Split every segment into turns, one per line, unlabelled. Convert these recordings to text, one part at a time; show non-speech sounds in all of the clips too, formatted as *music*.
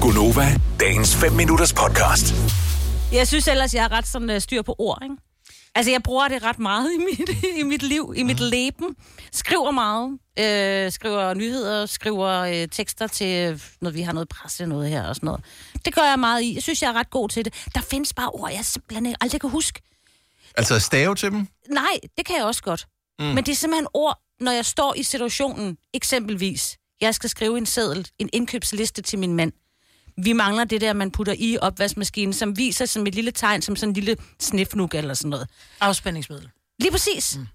Gunova, dagens 5 minutters podcast.
Jeg synes ellers, jeg har ret sådan, øh, styr på ord, ikke? Altså, jeg bruger det ret meget i mit, *laughs* i mit liv, i mit leben. Skriver meget. Øh, skriver nyheder, skriver øh, tekster til, når vi har noget presse noget her og sådan noget. Det gør jeg meget i. Jeg synes, jeg er ret god til det. Der findes bare ord, jeg simpelthen ikke- aldrig kan huske.
Altså stave til dem?
Nej, det kan jeg også godt. Mm. Men det er simpelthen ord, når jeg står i situationen, eksempelvis, jeg skal skrive en seddel, en indkøbsliste til min mand. Vi mangler det der, man putter i opvaskemaskinen, som viser som et lille tegn, som sådan en lille snifnuk eller sådan noget.
Afspændingsmiddel.
Lige præcis. Mm.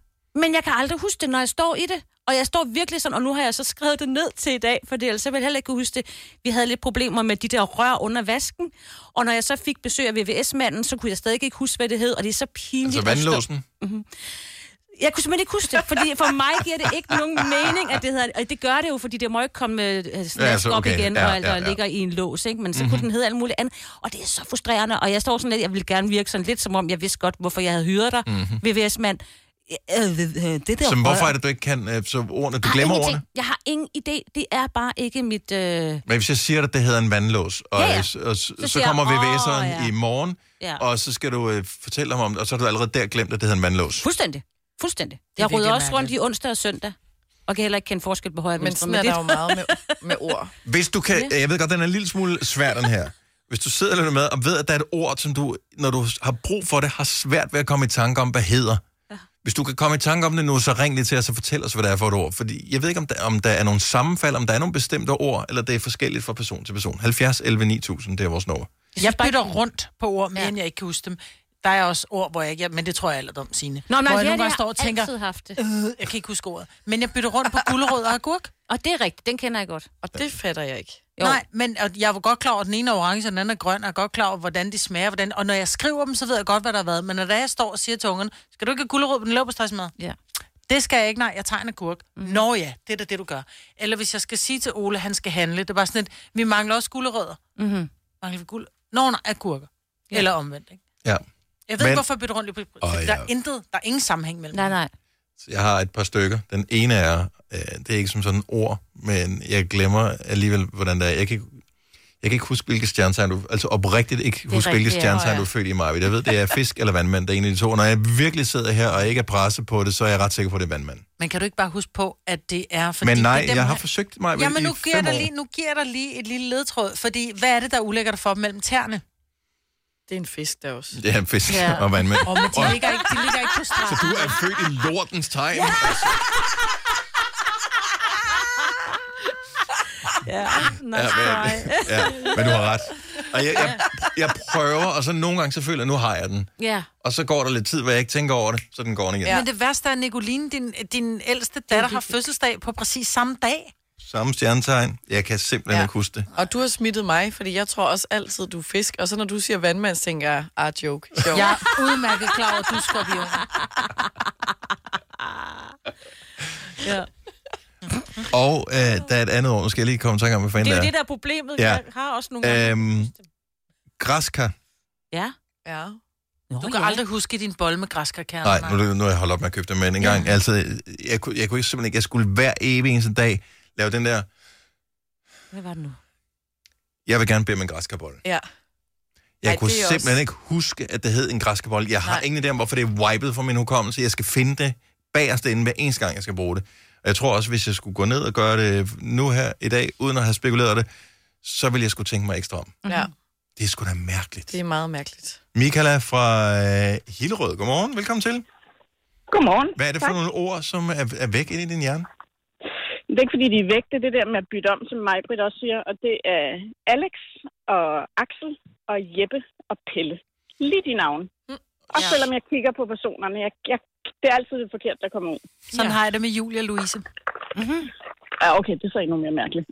Men jeg kan aldrig huske det, når jeg står i det. Og jeg står virkelig sådan, og nu har jeg så skrevet det ned til i dag, for ellers jeg ville jeg heller ikke kunne huske det. Vi havde lidt problemer med de der rør under vasken, og når jeg så fik besøg af VVS-manden, så kunne jeg stadig ikke huske, hvad det hed, og det er så pinligt.
Altså
at stå-
vandlåsen?
jeg kunne simpelthen ikke huske det, fordi for mig giver det ikke nogen mening, at det hedder... Og det gør det jo, fordi det må ikke komme øh, snask ja,
så
så, okay.
okay.
op igen,
Ja,
ja, og alt,
ja,
der
ja. Mhm.
ligger i en lås, ikke? Men så mm-hmm. kunne den hedde alt muligt andet. Og det er så frustrerende, og jeg står sådan lidt... Jeg ville gerne virke sådan lidt, som om jeg vidste godt, hvorfor jeg havde hyret dig, mm-hmm. VVS-mand. Øh, øh, øh, Det der
Mhm. Som,
rør-
hvorfor er det, du ikke kan... øh, Så ordene, du
Jeg har
glemmer
ingenting.
ordene?
Jeg har ingen idé. Det er bare ikke mit... Øh...
Men hvis jeg siger dig, at det hedder en vandlås, og,
Ja, ja.
og, og så, så
siger
kommer
jeg, "Åh,
VVS'eren ja.
ja."
i morgen,
Ja.
og så skal du øh, fortælle ham om det, og så har du allerede der glemt, at det hedder en vandlås.
Fuldstændig. Fuldstændig.
er
Jeg rydder
virkelig
også rundt i
mærkeligt.
onsdag og søndag. Og kan heller ikke kende forskel på højre og
Men
venstre.
sådan er
men
der jo meget med,
*laughs*
med ord.
Hvis du kan... Jeg ved godt, den er en lille smule svær, den her. Hvis du sidder lidt med og ved, at der er et ord, som du, når du har brug for det, har svært ved at komme i tanke om, hvad hedder. Hvis du kan komme i tanke om det nu, så ring lige til os og fortæl os, hvad det er for et ord. Fordi jeg ved ikke, om der, om der er nogle sammenfald, om der er nogle bestemte ord, eller det er forskelligt fra person til person. 70 11 9000, det er vores nummer.
Jeg bytter rundt på ord, men
Ja.
ja. jeg ikke kan huske dem. Der er også ord, hvor jeg ikke... Men det tror jeg alderdom, Signe.
Nå, nej,
hvor
det her,
jeg nogle
det
gange
har
står og tænker,
altid haft det.
øh, jeg kan ikke huske ordet. Men jeg bytter rundt på gulerod og agurk.
Og det er rigtigt. Den kender jeg godt.
Og det fatter jeg ikke.
Jo.
Nej, men og jeg var godt klar over, at den ene er orange, og den anden er grøn, og jeg er godt klar over, hvordan de smager. Hvordan, og når jeg skriver dem, så ved jeg godt, hvad der har været. Men når jeg står og siger til ungen, skal du ikke have gulerod på den løbestegsmad?
Ja.
Det skal jeg ikke, nej, jeg tager en agurk. Mm.
Mhm.
Nå ja, det er da det, du gør. Eller hvis jeg skal sige til Ole, han skal handle, det er bare sådan et, vi mangler også gulerødder.
Mm-hmm.
Mangler vi guld? Nå nej, agurker.
Ja.
Ja. Eller omvendt, ikke?
Ja.
Jeg ved
Men-
ikke, hvorfor jeg bytter rundt i på
Åh,
oh,
ja.
ja. Der er intet, der er ingen sammenhæng mellem
Nej, nej.
Så Jeg har et par stykker. Den ene er, øh, det er ikke som sådan ord, men jeg glemmer alligevel, hvordan det er. Jeg kan ikke, jeg kan ikke huske, hvilke stjernetegn du... Altså oprigtigt ikke huske, hvilke
rigtigt, ja.
stjernetegn
Nå,
du
ja.
er født i mig. Jeg ved, det er fisk eller vandmand, der er en af de to. Og Når jeg virkelig sidder her og ikke er presset på det, så er jeg ret sikker på, at det er vandmand.
Men kan du ikke bare huske på, at det er... Fordi
Men nej,
det er dem
jeg har
her-
forsøgt mig
Ja, men nu
i
giver,
fem
der
år.
lige, nu giver der lige et lille ledtråd, fordi hvad er det, der er ulækkert for dem mellem tæerne?
Det er en fisk der også.
Ja, fisk ja.
Ja.
og vandmand.
Og men de ligger ikke, de ligger ikke på
Så
stranden.
du er født i lortens tegn. Altså,
Ja, nej.
ja, men, ja, men du har ret. Og jeg, jeg, jeg prøver, og så nogle gange så føler jeg, at nu har jeg den.
ja.
Og så går der lidt tid, hvor jeg ikke tænker over det, så den går den igen.
Men det værste er, at Nicoline, din, din ældste datter, har fødselsdag på præcis samme dag.
Samme stjernetegn. Jeg kan simpelthen ja.
Ja.
ikke huske det.
Og du har smittet mig, fordi jeg tror også altid, du er fisk. Og så når du siger vandmand, så tænker jeg, ah, joke. Sjov.
Jeg er udmærket klar over, at du er skorpion.
*laughs* ja.
Og øh, der er et andet ord, nu skal jeg lige komme i tanke om, hvad fanden
Det er jo
det er.
det, der er problemet.
Ja.
Ja. Jeg har også nogle gange...
Øhm, græskar.
Ja.
Ja.
Nå,
Du kan aldrig huske din bolle med græskarkerner.
Nej, nu, er det- nu er jeg holdt op med at købe dem, men en gang, altså, jeg, kunne, jeg kunne ikke simpelthen ikke, jeg skulle hver evig eneste dag lave den der,
Hvad var det nu?
jeg vil gerne bede om en græskarbolle.
Ja.
Jeg Ej,
Ej,
kunne
det er
simpelthen også...
også-
ikke huske, at det hed en græskarbolle. Jeg har Nej.
Nej.
ingen idé om, hvorfor det er wiped fra min hukommelse. Jeg skal finde det bagerst inden hver eneste gang, jeg skal bruge det. Og jeg tror også, hvis jeg skulle gå ned og gøre det nu her i dag, uden at have spekuleret det, så ville jeg skulle tænke mig ekstra om.
ja,
Mhm.
Det er sgu da mærkeligt.
det er meget mærkeligt.
Michaela fra øh, Hillerød. Godmorgen, velkommen til.
Godmorgen.
Hvad er det for nogle ord, som er, er væk inde i din hjerne?
Det er ikke, fordi de er væk. Det er det der med at bytte om, som Majbrit også siger. Og det er Alex og Axel og Jeppe og Pelle. Lige de navne. Og
Ja.
selvom jeg kigger på personerne, jeg, jeg, det er altid det forkerte, der kommer ud.
Sådan har jeg det med Julia Louise.
Ja, okay, det er så endnu mere mærkeligt.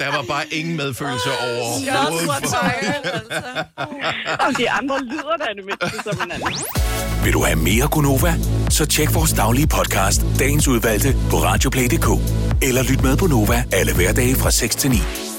Der var bare ingen medfølelse
What
overhovedet.
Og de andre lyder der i det mindste som hinanden.
Vil du have mere Gunova? Så tjek vores daglige podcast, dagens udvalgte, på radioplay.dk. Eller lyt med på Nova alle hverdage fra 6 til 9.